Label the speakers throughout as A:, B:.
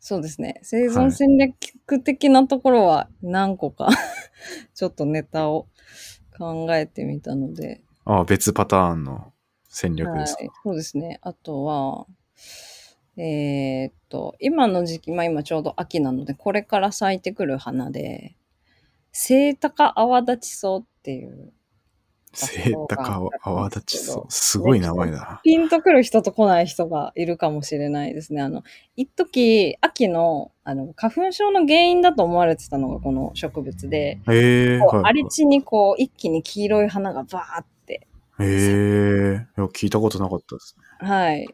A: そうですね。生存戦略的なところは何個か、 ちょっとネタを考えてみたので、
B: ああ、別パターンの戦略
A: は
B: で
A: い
B: すか。、
A: そうですね。あとは、えーっと、今の時期、まあ今ちょうど秋なので、これから咲いてくる花で、セイタカアワダチソウっていう、
B: セイタカを泡立ちそう。すごい名前だ
A: ピンとくる人と来ない人がいるかもしれないですね。あの、一時秋の、あの、花粉症の原因だと思われてたのがこの植物で、
B: な。ええ
A: こう
B: は
A: 荒
B: い。
A: れ地にこう、一気に黄色い花がバーって、
B: ええいや聞いたことなかったですね。
A: はい。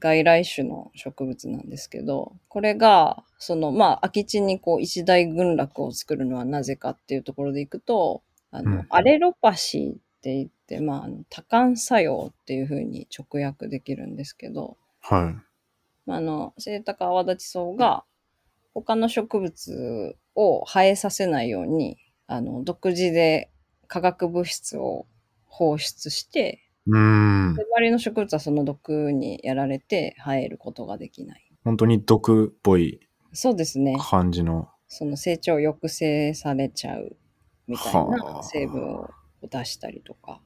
A: 外来種の植物なんですけど、これが、その、まあ、空き地にこう、一大群落を作るのはなぜかっていうところでいくと、あの、
B: うん
A: アレロパシーって言って、まああの、多感作用っていうふうに直訳できるんですけど、
B: は
A: まああの、セイタカアワダチソウが、他の植物を生えさせないように、あの、独自で化学物質を放出して、
B: い。うーん
A: で。周りの植物はその毒にやられて生えることができない。
B: 本当に毒っぽい
A: そうですね。
B: 感じの。
A: その成長を抑制されちゃうみたい
B: はあ
A: な成分を出したりとか、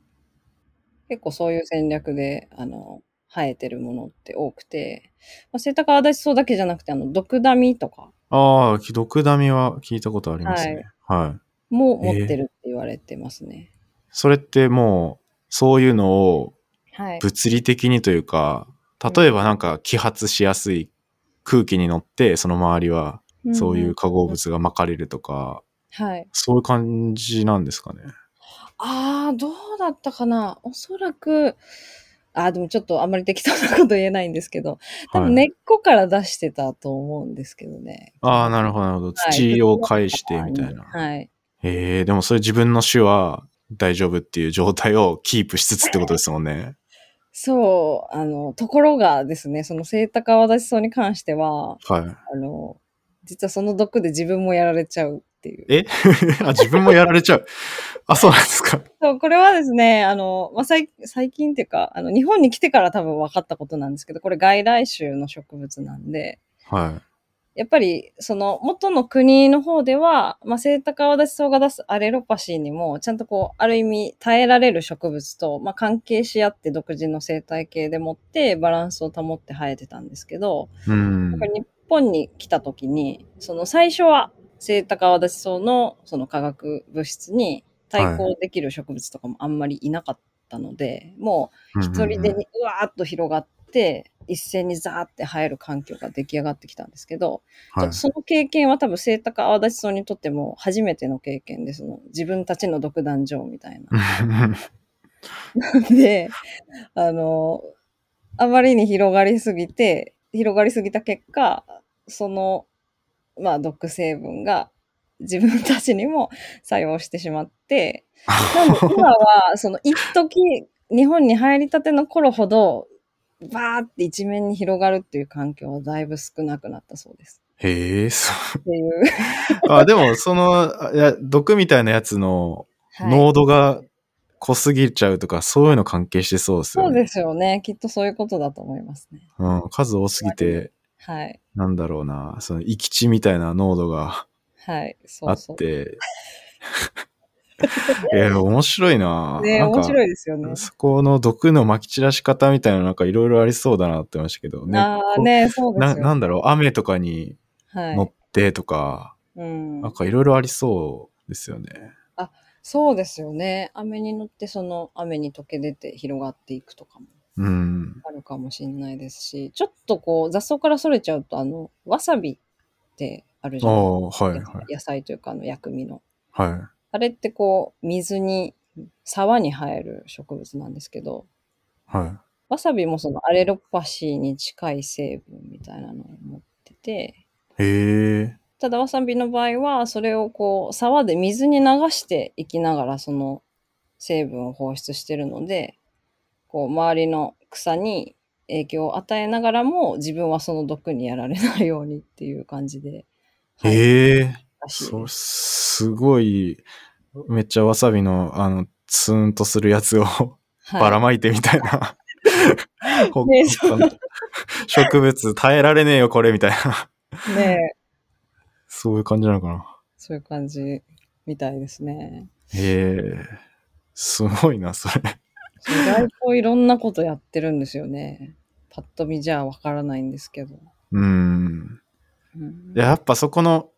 A: 結構そういう戦略で、あの、生えてるものって多くて、まあ、セイタカアワダチソウだけじゃなくて、あの、毒ダミとか、
B: ああ、毒ダミは聞いたことありますね。はい。
A: も持ってるって言われてますね。
B: それってもう、そういうのを
A: はい。
B: 物理的にというか、例えばなんか揮発しやすい空気に乗って、その周りはそうい
A: ん
B: う化合物が巻かれるとか、
A: ん。はい。
B: そういう感じなんですかね。
A: ああ、どうだったかな。おそらく、ああ、でもちょっとあんまり適当なこと言えないんですけど、多
B: はい
A: 分根っこから出してたと思うんですけどね。
B: ああ、なるほど、なるほど。
A: はい
B: 土を返してみたいな。
A: はい。
B: ええでもそれ自分の種は大丈夫っていう状態をキープしつつってことですもんね。
A: そう、あの、ところがですね、そのセイタカアワダチソウに関しては、
B: はい。
A: あの、実はその毒で自分もやられちゃうっていう。
B: え あ、自分もやられ ちゃう。あ、そうなんですか。
A: そう、これはですね、あの、まあ、最最近っていうか、あの、日本に来てから多分分かったことなんですけど、これ外来種の植物なんで、
B: は
A: やっぱり、その、元の国の方では、まあ、セイタカアワダチソウが出すアレロパシーにも、ちゃんとこう、ある意味、耐えられる植物と、まあ、関係し合って独自の生態系でもって、バランスを保って生えてたんですけど、
B: い。うん
A: やっぱ。り日本に来た時に、その最初はセイタカアワダチソウのその化学物質に対抗できる植物とかもあんまりいなかったので、もう一人でにうわーっと広がって、一斉にザーって生える環境が出来上がってきたんですけど、
B: は
A: ちょっとその経験は多分セイタカアワダチソウにとっても初めての経験で、その自分たちの独壇場みたいな。
B: い。
A: で、あの、あまりに広がりすぎて、広がりすぎた結果、その、まあ、毒成分が自分たちにも作用してしまって、なので今は、その、一時日本に入りたての頃ほど、バーって一面に広がるっていう環境はだいぶ少なくなったそうです。
B: へえ、そう。
A: って いう。
B: あ、でも、その、あいや毒みたいなやつの
A: はい
B: 濃度が濃すぎちゃうとか、そういうの関係してそうですよ
A: そう
B: ね。
A: ですよね。きっとそういうことだと思いますね。
B: うん、数多すぎて、
A: はい。
B: なんだろうな、その、生き地みたいな濃度が
A: はい。そ
B: あ
A: う
B: っ
A: そう。
B: て。 えー、面白いな
A: ね
B: なんか
A: 面白いですよね。
B: そこの毒の撒き散らし方みたいな、なんかいろいろありそうだなって思いましたけどね。
A: ああ
B: こう
A: ね、そうで
B: な
A: すよ。
B: なんだろう、雨とかに
A: は
B: 乗
A: い。
B: ってとか、
A: うん
B: なん、かいろいろありそうですよね。
A: そうですよね。雨に乗って、その雨に溶け出て広がっていくとかも
B: うん。
A: あるかもしれないですし、ちょっとこう雑草からそれちゃうと、あの、わさびってあるじ
B: あ
A: ゃない
B: あ、はい
A: ですか。
B: はい。
A: 野菜というか、あの、薬味の。
B: はい。
A: あれってこう、水に、沢に生える植物なんですけど、
B: はい。
A: わさびもそのアレロパシーに近い成分みたいなのを持ってて、
B: へえ。
A: ただわさびの場合はそれをこう沢で水に流していきながらその成分を放出してるのでこう周りの草に影響を与えながらも自分はその毒にやられないようにっていう感じで。はい
B: へえ。
A: らしい
B: そ
A: で
B: う、
A: す
B: すごい、めっちゃわさびの、あの、ツーンとするやつを
A: はい
B: ばらまいてみた いな。ほ
A: ね
B: 他の植物耐えられねえよ、これ、みたいな。
A: ねえ、
B: そういう感じなのかな。
A: そういう感じみたいですね。
B: へえ、すごいな、それ。
A: そう意外といろんなことやってるんですよね。パッと見じゃわからないんですけど。
B: うん。
A: うん
B: でやっぱそこの、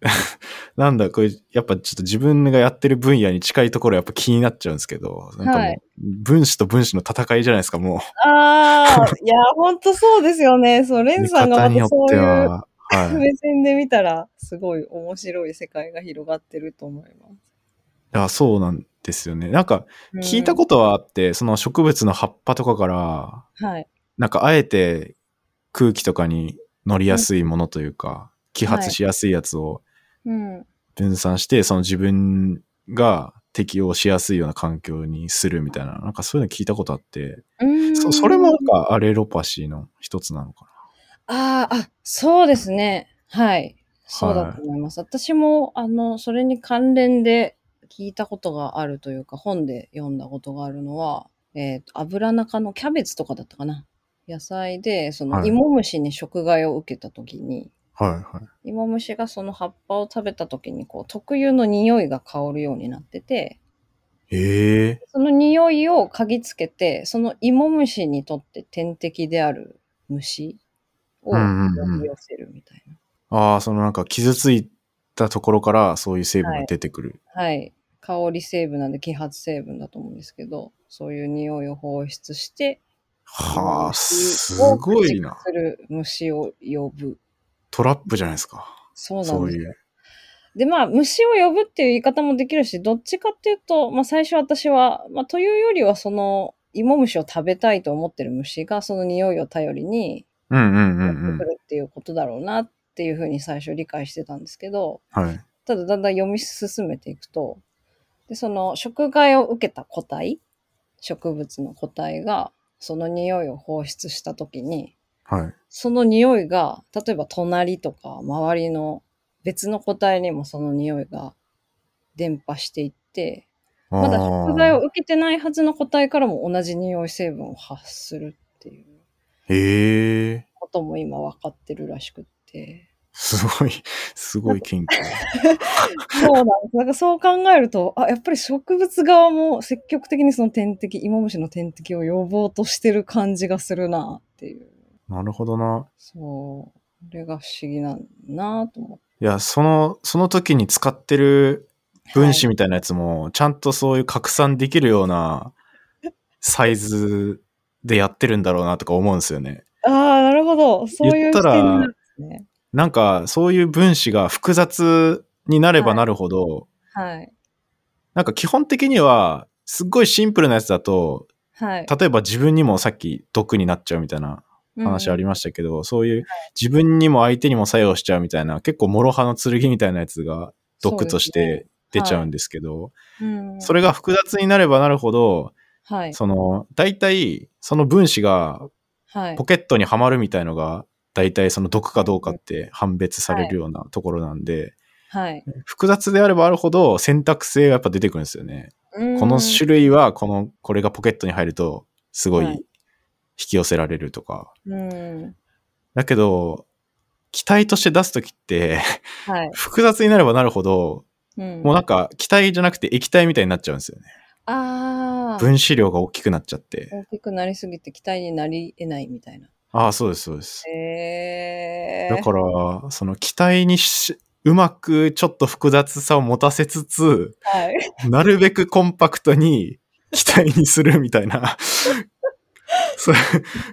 B: なんだ、これ、やっぱちょっと自分がやってる分野に近いところやっぱ気になっちゃうんですけど、なんかもう、
A: はい
B: 分子と分子の戦いじゃないですか、もう。
A: ああ、いや、ほんとそうですよね。そう、レンさんがまたそういう
B: は。 はい。
A: 目線で見たら、すごい面白い世界が広がってると思いま
B: あそうなんですよね。なんか、
A: す。
B: 聞いたことはあって、その植物の葉っぱとかから、
A: とはい。
B: なんかあえて空気とかに乗りやすいものというか、揮発しやすいやつを
A: うん。
B: 分散して、その自分が適応しやすいような環境にするみたいな、なんかそういうの聞いたことあって、
A: うん
B: そそれもなんかアレロパシーの一つなのか
A: ああ、あ、そうですね。はい。そうだと思います。私も、あの、それに関連で聞いたことがあるというか、本で読んだことがあるのは、えーと、油中のキャベツとかだったかな。野菜で、その、
B: はい
A: 芋虫に食害を受けた時に、
B: な。はいはい。
A: 芋虫がその葉っぱを食べた時に、こう、特有の匂いが香るようになってて、
B: ええ
A: その匂いを嗅ぎつけて、その芋虫にとって天敵である虫を
B: うんうんうん
A: 呼び寄せるみたいな。
B: ああ、そのなんか傷ついたところからそういう成分が出てくる。
A: はい。香り成分なんで揮発成分だと思うんですけど、そういう匂いを放出して、
B: はあ、す
A: その虫を
B: ごいな
A: 駆逐。する虫を呼ぶ。
B: トラップじゃないですか。
A: そうな
B: そ
A: ん
B: う
A: です
B: い
A: よ
B: う。
A: で、まあ、虫を呼ぶっていう言い方もできるし、どっちかっていうと、まあ、最初私は、まあ、というよりは、その、芋虫を食べたいと思ってる虫が、その匂いを頼りに、
B: うんうんう
A: やっ
B: んうん
A: てく。るっていうことだろうなっていうふうに最初理解してたんですけど、
B: はい。
A: ただだんだん読み進めていくと、でその食害を受けた個体、植物の個体がその匂いを放出した時に、
B: はい。
A: その匂いが、例えば隣とか周りの別の個体にもその匂いが伝播していって、まだ食害を
B: あー
A: 受けてないはずの個体からも同じ匂い成分を発するっていう
B: へえ。
A: ことも今分かってるらしくって。
B: すごい、すごい研究。
A: そうなんです。なんかそう考えると、あ、やっぱり植物側も積極的にその天敵、芋虫の天敵を呼ぼうとしてる感じがするなっていう。
B: なるほどな。
A: そう。これが不思議なんだなと思って。
B: いや、その、その時に使ってる分子
A: はい
B: みたいなやつも、ちゃんとそういう拡散できるようなサイズでやってるんだろうなとか思うんですよね。
A: ああ、なるほど。そういう
B: 言ったら
A: なんですね。
B: なんか、そういう分子が複雑になればなるほど、
A: はい。
B: なんか基本的には、すっごいシンプルなやつだと、
A: はい。
B: 例えば自分にもさっき毒になっちゃうみたいな話ありましたけど、そういう自分にも相手にも作用しちゃうみたいな、結構諸刃の剣みたいなやつが毒として出ちゃうんですけど、そ
A: すね。うん
B: れが複雑になればなるほど、
A: はい。
B: その、大体、その分子が
A: はい
B: ポ。ケットにはまるみたいのが、大体その毒かどうかって判別されるようなところなんで、
A: はい。
B: 複雑であればあるほど選択性がやっぱ出てくるんですよね。この種類はこのこれがポケットに入るとすごい
A: はい
B: 引き寄せられるとか、
A: うんうん。
B: だけど期待として出す時って
A: はい。
B: 複雑になればなるほど
A: うん
B: もうなんか気体じゃなくて液体みたいになっちゃうんですよね
A: ああ。
B: 分子量が大きくなっちゃって
A: 大きくなりすぎて期待になり得ないみたいな。
B: ああそうですそうです
A: へえ。
B: だからその気体にしうまくちょっと複雑さを持たせつつ
A: はい。
B: なるべくコンパクトに気体にするみたい なそう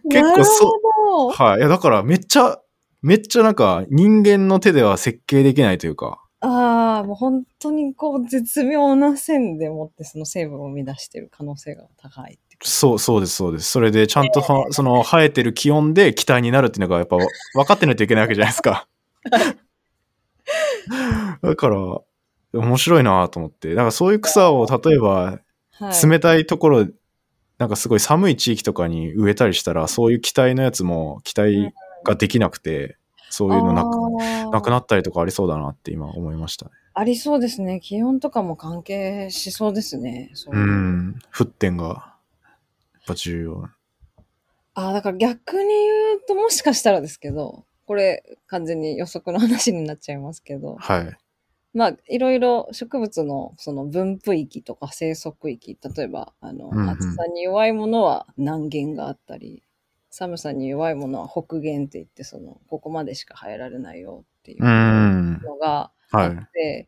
B: 結構そう
A: う。
B: はい。いや、だからめっちゃ、めっちゃなんか人間の手では設計できないというか、
A: ああ、もう本当にこう絶妙な線でもってその成分を生み出してる可能性が高いってこと。
B: そう、そうです、そうです。それでちゃんとは、その生えてる気温で気体になるっていうのがやっぱ分かってないといけないわけじゃないで すか。だから、面白いなと思って。だからそういう草を例えば
A: はい。
B: 冷たいところ、なんかすごい寒い地域とかに植えたりしたら、そういう気体のやつも気体ができなくて、そういうのなく
A: あー
B: なくなったりとかありそうだなって今思いましたね。
A: ありそうですね。気温とかも関係しそうですね。そう
B: う。ん、沸点が、やっぱ重要。
A: ああ、だから逆に言うともしかしたらですけど、これ完全に予測の話になっちゃいますけど、
B: はい。
A: まあ、いろいろ植物のその分布域とか生息域、例えば、あの
B: うんう、ん
A: 暑さに弱いものは南限があったり、寒さに弱いものは北限って言って、その、ここまでしか生えられないよっていう
B: う
A: の
B: ん。
A: が
B: は
A: あ
B: い。
A: って、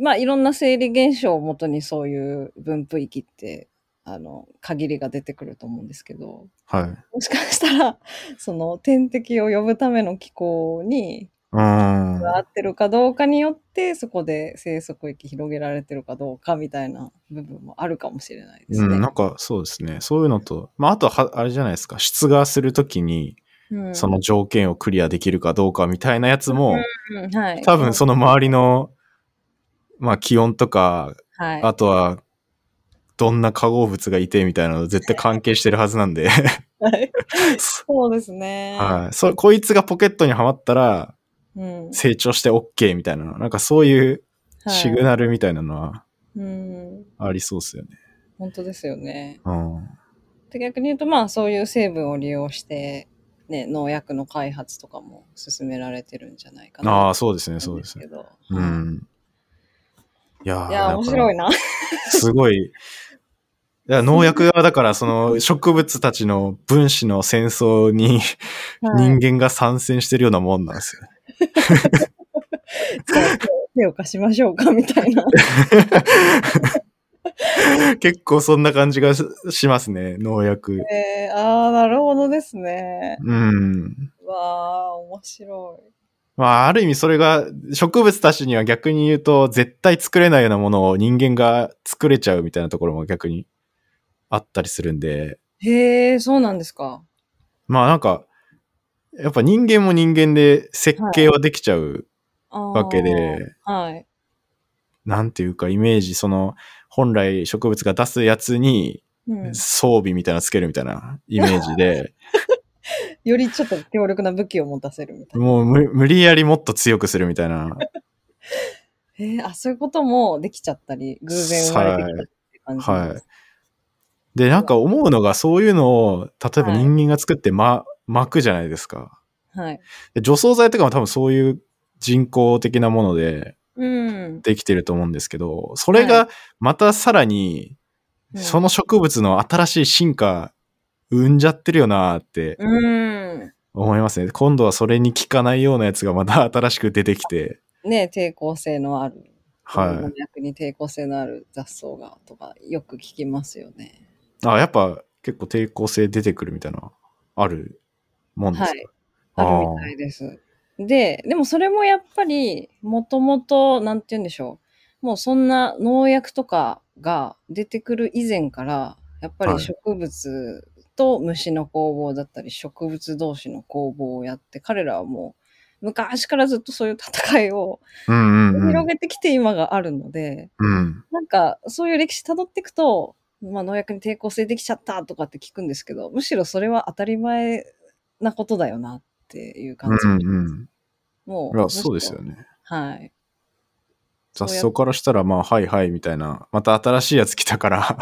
A: まあ、いろんな生理現象をもとにそういう分布域って、あの、限りが出てくると思うんですけど、
B: はい。
A: もしかしたら、 その天敵を呼ぶための気候に
B: うん。
A: 合ってるかどうかによって、そこで生息域広げられてるかどうかみたいな部分もあるかもしれないです
B: うん、
A: ね
B: な。んかそうですね。そういうのと、まあ、あとは、あれじゃないですか、出願するときに、
A: うん
B: その、条件をクリアできるかどうかみたいなやつも、
A: うんはい、
B: 多分その周りの、まあ、気温とか、
A: はい、
B: あとは、どんな化合物がいてみたいなの絶対関係してるはずなんで、
A: はい そうですね。
B: はい。そこいつがポケットにはまったら、
A: うん
B: 成長して OK みたいな、なんかそういうシグ
A: は
B: ナルみたいなのはい
A: うん、
B: ありそうですよね。
A: 本当ですよね。
B: うん。
A: で逆に言うと、まあ、そういう成分を利用して、ね、農薬の開発とかも進められてるんじゃないかな。
B: ああ、そうですね、そうですね。
A: けど。
B: う
A: はい
B: ん。いやー
A: いや、面白いな。
B: すごい。いや農薬はだからその植物たちの分子の戦争に
A: はい
B: 人間が参戦してるようなもんなんですよ。
A: 手を貸しましょうかみたいな。
B: 結構そんな感じがししますね、農薬。
A: えー、ああ、なるほどですね。
B: うん。
A: わあ、面白い。
B: まあある意味それが植物たちには逆に言うと絶対作れないようなものを人間が作れちゃうみたいなところも逆にあったりするんで、
A: へえ、そうなんですか。
B: まあなんか、やっぱ人間も人間で設計はできちゃうわ
A: わ
B: けで、
A: はい。
B: なんていうかイメージ、その、本来植物が出すやつに
A: うん、
B: 装備みたいなのつけるみた いなイメージで、
A: よりちょっと強力な武器を持たせるみたいな。
B: もう無無理やりもっと強くするみたいな。
A: へえ、あ、そういうこともできちゃったり、偶然生まれてきたって感じなんですか。
B: で、なんか思うのがそういうのを、例えば
A: はい
B: 人間が作ってま、巻くじゃないですか。
A: はい。
B: で除草剤とかも多分そういう人工的なもので
A: うん。
B: できてると思うんですけど、それがまたさらに、その植物の新しい進化生んじゃってるよなーって
A: うん。
B: 思いますね。今度はそれに効かないようなやつがまた新しく出てきて、
A: ね、抵抗性のある。
B: は
A: 薬に抵抗性のある雑草がとか、よく聞きますよね。
B: い。あ、やっぱ結構抵抗性出てくるみたいな、あるもんですか、
A: はいあるみたいです。で、でもそれもやっぱり、もともと、なんて言うんでしょう。もうそんな農薬とかが出てくる以前から、やっぱ
B: は
A: り
B: い
A: 植物と虫の攻防だったり、植物同士の攻防をやって、彼らはもう昔からずっとそういう戦いを
B: うんうんう
A: 広
B: ん。
A: げてきて今があるので、
B: うん。
A: なんかそういう歴史辿っていくと、まあ、農薬に抵抗性できちゃったとかって聞くんですけど、むしろそれは当たり前なことだよなっていう
B: う
A: 感じ。
B: んうん
A: もう。
B: うん。
A: も
B: いや、
A: っと
B: そうですよ。ね。
A: はい。
B: 雑草からしたら、まあ、はいはいみたいな、また新しいやつ来た から、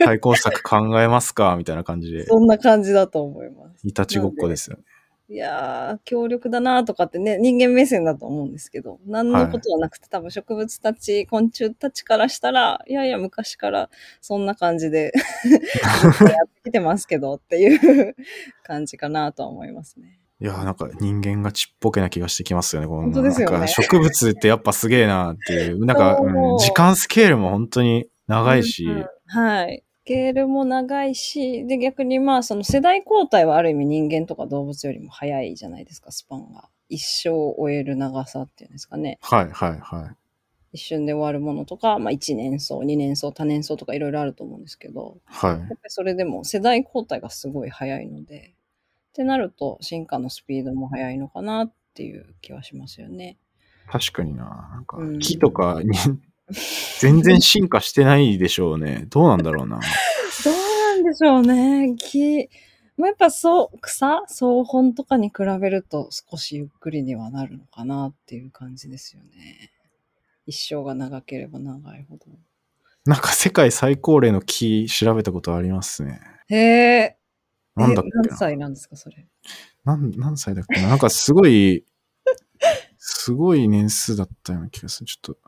B: 対抗策考えますか、みたいな感じで、
A: そんな感じだと思います。
B: いたちごっこですよね。
A: いやー、強力だなとかってね、人間目線だと思うんですけど、何のことはなくて、多分植物たち、昆虫たちからしたら、いやいや、昔からそんな感じ でずっとやってきてますけどっていう感じかなとは思いますね。
B: いやーなんか人間がちっぽけな気がしてきますよね、この
A: 本当ですよね
B: なんか植物ってやっぱすげえなっていう。なんか、
A: そう
B: うん時間スケールも本当に長いし、
A: うんうんはい。スケールも長いし、で、逆にまあ、その世代交代はある意味人間とか動物よりも早いじゃないですか、スパンが。一生を終える長さっていうんですかね。
B: はいはいはい。
A: 一瞬で終わるものとか、まあ、1年層、2年層、多年層とかいろいろあると思うんですけど、
B: はい
A: や。っぱりそれでも世代交代がすごい早いので、ってなると進化のスピードも早いのかなっていう気はしますよね。
B: 確かにな。なんか
A: うん
B: 木とかに全然進化してないでしょうね。どうなんだろうな。
A: どうなんでしょうね。木、まあ、やっぱそう、草、草本とかに比べると少しゆっくりにはなるのかなっていう感じですよね。一生が長ければ長いほど。
B: なんか世界最高齢の木調べたことありますね。
A: へえ。
B: なんだっ
A: え
B: け
A: 何
B: な。
A: 歳なんですか、それ。
B: なん何歳だっけななんかすごい、すごい年数だったような気がする。ちょっと、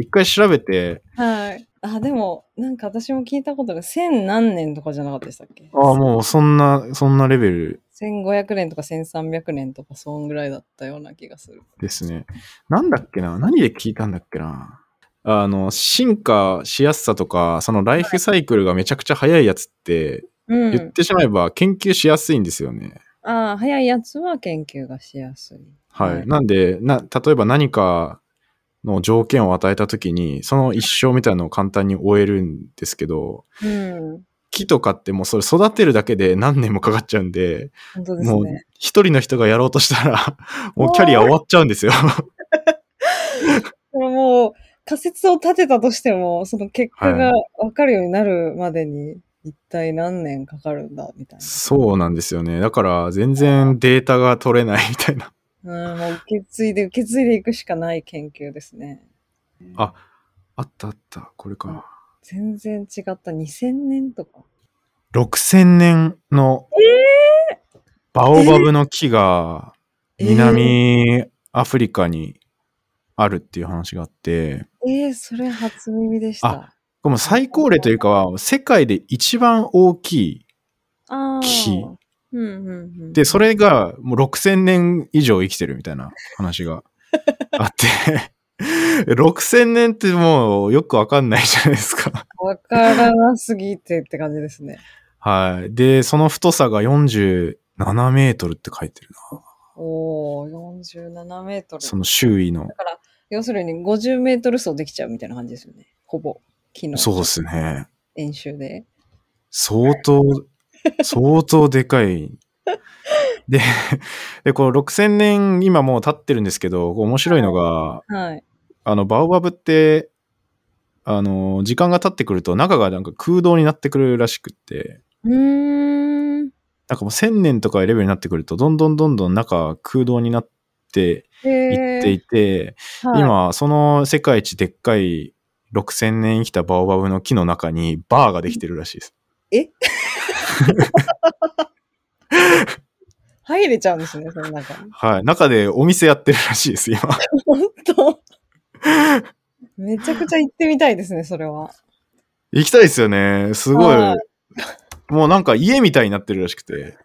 B: 一回調べて、
A: はい。あ、でも、なんか私も聞いたことが、千何年とかじゃなかったでしたっけ
B: ああ、もうそんな、そんなレベル
A: 1500年とか1300年とか、そんぐらいだったような気がする。
B: ですね。なんだっけな何で聞いたんだっけなあの、進化しやすさとか、そのライフサイクルがめちゃくちゃ早いやつって、
A: う
B: 言っ
A: ん。
B: てしまえば研究しやすいんですよね。
A: ああ、早いやつは研究がしやすい。
B: はい。
A: はい
B: なんでな、例えば何かの条件を与えたときに、その一生みたいなのを簡単に終えるんですけど、
A: うん。
B: 木とかってもうそれ育てるだけで何年もかかっちゃうんで、
A: 本当です
B: もう
A: ね。
B: 一人の人がやろうとしたら、もうキャリア終わっちゃうんですよ。
A: これもう、仮説を立てたとしても、その結果が分かるようになるまでに、一体何年かかるんだ、みたい
B: そうなんですよね。だから全然データが取れないみたいな。
A: な。うん、もう受け継いで、受け継いでいくしかない研究ですね。
B: あ、あったあった。これか。
A: 全然違った。2000年とか。
B: 6000年のバオバブの木が、南アフリカにあるっていう話があって、
A: えー、えーそれ初耳でした。
B: これも最高齢というかは、世界で一番大きい。
A: ああー。
B: 木
A: うんうんうん。
B: で、それがもう6000年以上生きてるみたいな話があって、6000年ってもうよくわかんないじゃないですか。
A: わからなすぎてって感じですね。
B: はい。で、その太さが47メートルって書いてるな。
A: おお、47メートル。
B: その周囲の。
A: だから、要するに50メートル走できちゃうみたいな感じですよね。ほぼ、昨日。
B: そうですね。
A: 練習で。
B: 相当、相当でかい。で、で、この6000年今もう経ってるんですけど、こう面白いのが、
A: はい。
B: あの、バオバブって、あの、時間が経ってくると中がなんか空洞になってくるらしくって、
A: うーん。
B: なんかもう1000年とかレベルになってくると、どんどんどんどん中空洞になって
A: え
B: いっていて、今、その世界一でっかい6000年生きたバオバブの木の中にバーができてるらしいです。
A: 入れちゃうんですね、その中。
B: はい。中でお店やってるらしいです、今。
A: ほんと。めちゃくちゃ行ってみたいですね、それは。
B: 行きたいですよね。すごい
A: は。
B: もうなんか家みたいになってるらしくて。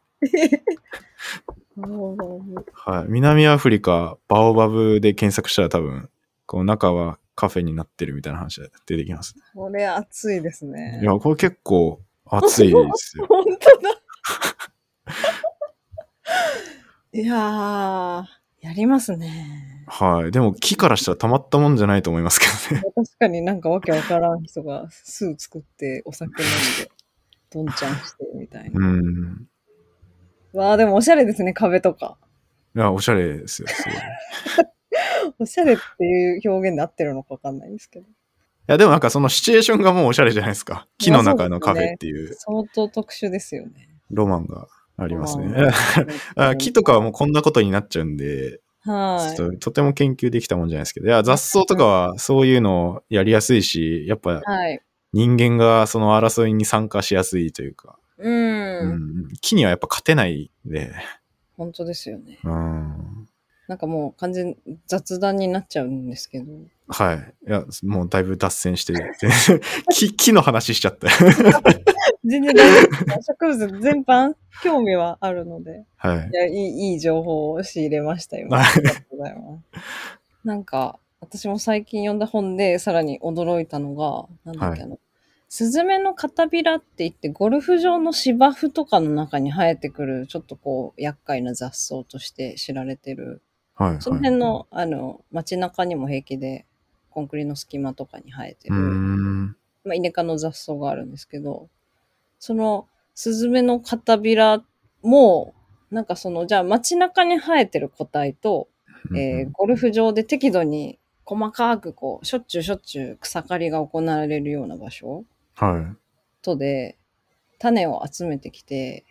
A: おー
B: はい。南アフリカ、バオバブで検索したら多分、この中はカフェになってるみたいな話が出てきます。
A: これ暑いですね
B: い。や、これ結構熱いですよ。
A: 本当だ。いやー、やりますね。
B: はい。でも木からしたらたまったもんじゃないと思いますけどね。
A: 確かになんかわけわからん人が酢作ってお酒飲んで、どんちゃんしてみたいな。
B: うん。
A: わあでもおしゃれですね、壁とか。
B: いや、おしゃれですよ。すごい。い
A: おしゃれっていう表現で合ってるのかわかんないんですけど。
B: や、でもなんかそのシチュエーションがもうおしゃれじゃないですか。木の中のカフェっていう
A: 相当特殊ですよね。
B: ロマンがありますね。
A: あ
B: あ木とかはもうこんなことになっちゃうんで、
A: はい。
B: ちょっととても研究できたもんじゃないですけど、いや雑草とかはそういうのをやりやすいし、やっぱ
A: はい。
B: 人間がその争いに参加しやすいというか、
A: うん。
B: うん木にはやっぱ勝てないんで、
A: 本当ですよね。
B: うん
A: なんかもう完全に雑談になっちゃうんですけど。
B: はい。いや、もうだいぶ脱線して、 全然木木の話しちゃった。
A: 全然大丈夫です。 植物全般興味はあるので。
B: はい
A: い。や、いい、いい情報を仕入れました、今。
B: はい
A: ありがとうございます。なんか、私も最近読んだ本でさらに驚いたのが、なんだっけ、
B: はい
A: あの、スズメの片びらって言って、ゴルフ場の芝生とかの中に生えてくる、ちょっとこう、厄介な雑草として知られてる。
B: はい。はい
A: その辺の、あの、街中にも平気で、コンクリの隙間とかに生えて
B: う
A: る。
B: ん。
A: まあ、イネ科の雑草があるんですけど、そのスズメの片びらも、なんかその、じゃあ街中に生えてる個体と、えーゴルフ場で適度に細かくこう、しょっちゅうしょっちゅう草刈りが行われるような場所
B: は
A: とで、種を集めてきて、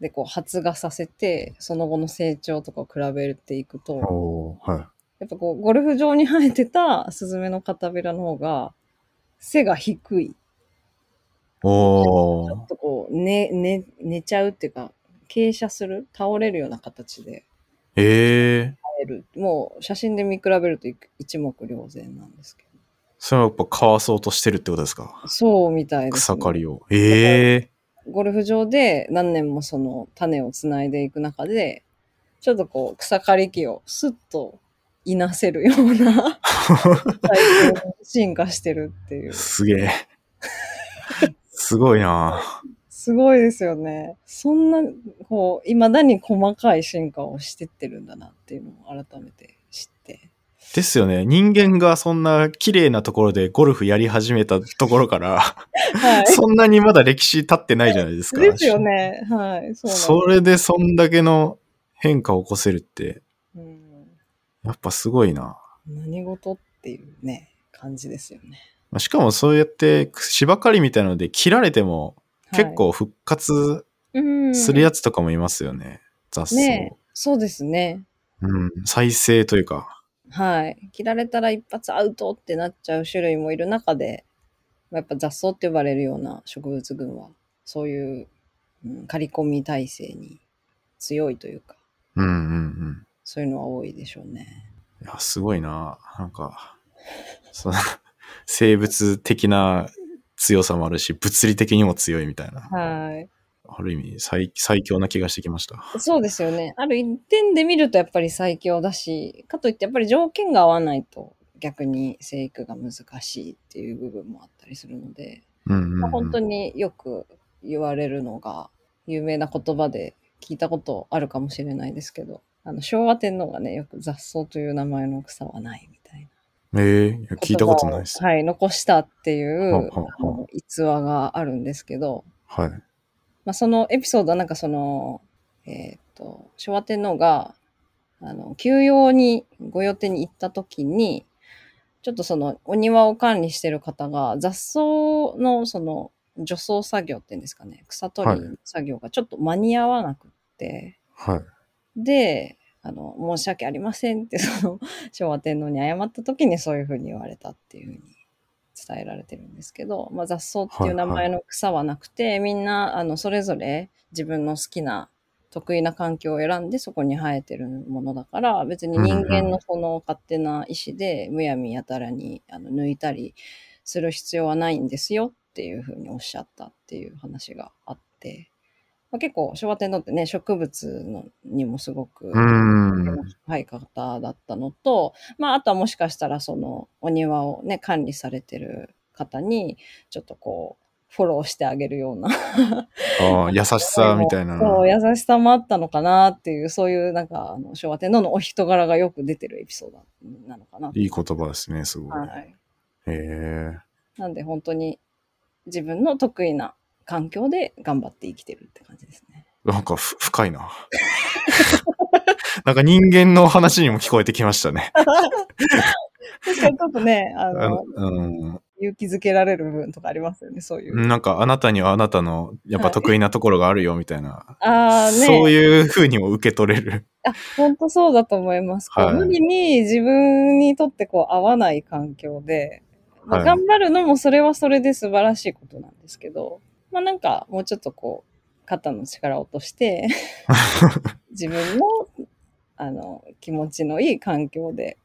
A: で、こう発芽させて、その後の成長とかを比べていくと、
B: い。おーはい。
A: やっぱこう、ゴルフ場に生えてたスズメの片びらの方が、背が低い。ち
B: お
A: ょ
B: ー
A: っとこう、寝、寝、寝ちゃうっていうか、傾斜する、倒れるような形で
B: ええ
A: 生える。もう写真で見比べると一目瞭然なんですけ
B: それはやっぱかわそうとしてるってことですか
A: ど。そうみたいです、
B: 草
A: ね。
B: 刈りを。ええ
A: ゴルフ場で何年もその種をつないでいく中で、ちょっとこう草刈り機をスッといなせるような体験に進化してるっていう。
B: すげえ。すごいな
A: すごいですよね。そんな、こう、いまだに細かい進化をしてってるんだなっていうのを改めて知って。
B: ですよね。人間がそんな綺麗なところでゴルフやり始めたところから、
A: はい。
B: そんなにまだ歴史経ってないじゃないですか。
A: ですよね。はい。そうなんです
B: それでそんだけの変化を起こせるって、
A: うん、
B: やっぱすごいな。
A: 何事っていうね、感じですよね。
B: まあしかもそうやって芝刈りみたいなので切られても
A: はい
B: 結構復活するやつとかもいますよね。雑
A: うん
B: 草、
A: ねそうですね。
B: うん。再生というか。
A: はい。切られたら一発アウトってなっちゃう種類もいる中で、まあやっぱ雑草って呼ばれるような植物群は、そういう、うん、刈り込み体制に強いというか、
B: うんうんうん。
A: そういうのは多いでしょうね。
B: いや、すごいな。なんか、その 生物的な強さもあるし、物理的にも強いみたいな。
A: は
B: ある意味最、最強な気がしてきました。
A: い。そうですよね。ある一点で見るとやっぱり最強だし、かといってやっぱり条件が合わないと逆に生育が難しいっていう部分もあったりするので、
B: うんうん、う
A: まあ
B: ん。
A: 本当によく言われるのが有名な言葉で聞いたことあるかもしれないですけどあの昭和天皇がねよく雑草という名前の草はないみたいな
B: ええいや聞いたことないです
A: 言葉。をはい、残したっていう
B: ははは
A: あの逸話があるんですけど、
B: はい。
A: まあ、そのエピソードはなんかその、えーっと昭和天皇があの休養に御用邸に行った時にちょっとそのお庭を管理してる方が雑草のその除草作業っていうんですかね草取りの作業がちょっと間に合わなくって、
B: はい。
A: であの申し訳ありませんって その昭和天皇に謝った時にそういうふうに言われたっていうふうに伝えられてるんですけど、まあ、雑草っていう名前の草はなくて、みんなあのそれぞれ自分の好きな得意な環境を選んでそこに生えてるものだから別に人間のその勝手な意思でむやみやたらにあの抜いたりする必要はないんですよっていうふうにおっしゃったっていう話があって、まあ、結構昭和天皇ってね植物のにもすごく
B: うん。
A: 深い方だったのと、まあ、あとはもしかしたらそのお庭をね管理されてる方にちょっとこうフォローしてあげるような
B: ああ、優しさみたいな。
A: そう優しさもあったのかなっていうそういうなんかあの昭和天皇のお人柄がよく出てるエピソードなのかな。
B: いい言葉ですね、すごい。
A: はい、
B: へえ。
A: なんで本当に自分の得意な環境で頑張って生きてるって感じですね。
B: なんかふ深いな。 なんか人間の話にも聞こえてきましたね。
A: 確かにちょっとねあ
B: あ
A: の
B: のうん
A: 勇気づけられる部分とかありますよねそういう。
B: なんかあなたにはあなたのやっぱ得意なところがあるよみたいな。
A: ああね
B: そういうふうにも受け取れる。
A: あ、本当そうだと思います。こう
B: はい
A: 無理に自分にとってこう合わない環境で、まあ
B: はい
A: 頑張るのもそれはそれで素晴らしいことなんですけど、まあなんかもうちょっとこう、肩の力を落と して、自分のあの気持ちのいい環境で、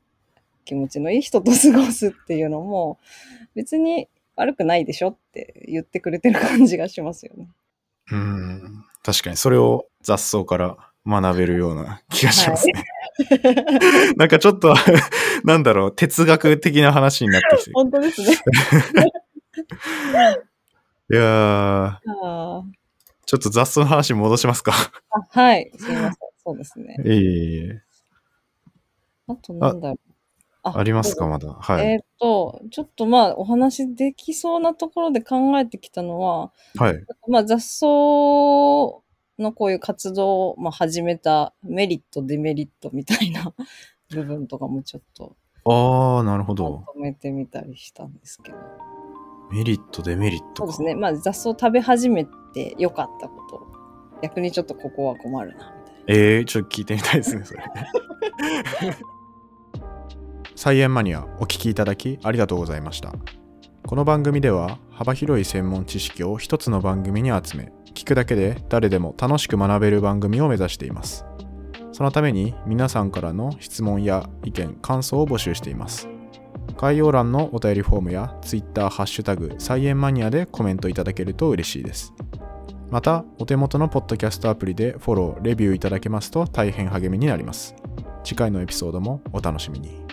A: 気持ちのいい人と過ごすっていうのも、別に悪くないでしょって言ってくれてる感じがしますよ ね。
B: うん。確かにそれを雑草から学べるような気がしますね。なんかちょっと、なんだろう、哲学的な話になってきて。
A: 本当ですね。
B: いやー、
A: あー
B: ちょっと雑草の話戻しますか。
A: あはい、すいません。そうですね。
B: いえいえいえ。
A: あとなんだろう。あ
B: ありますか、まだ。はい。
A: えっ、と、ちょっとまあお話できそうなところで考えてきたのは、
B: はい。
A: まあ雑草のこういう活動をまあ始めたメリット、デメリットみたいな 部分とかもちょっと
B: ああ、なるほ
A: ま
B: ど。
A: とめてみたりしたんですけど。
B: メリット、デメリッ
A: そ
B: ト
A: うで
B: か。
A: すね。まあ雑草食べ始めて良かったこと。逆にちょっとここは困るな、みたい
B: ええちょっと聞いてみたいですね、 それ。菜園マニア、お聞きいただきありがとうございました。この番組では、幅広い専門知識を一つの番組に集め、聞くだけで誰でも楽しく学べる番組を目指していますそのために皆さんからの質問や意見感想を募集しています概要欄のお便りフォームや Twitter ハッシュタグ菜園マニアでコメントいただけると嬉しいですまたお手元のポッドキャストアプリでフォローレビューいただけますと大変励みになります次回のエピソードもお楽しみに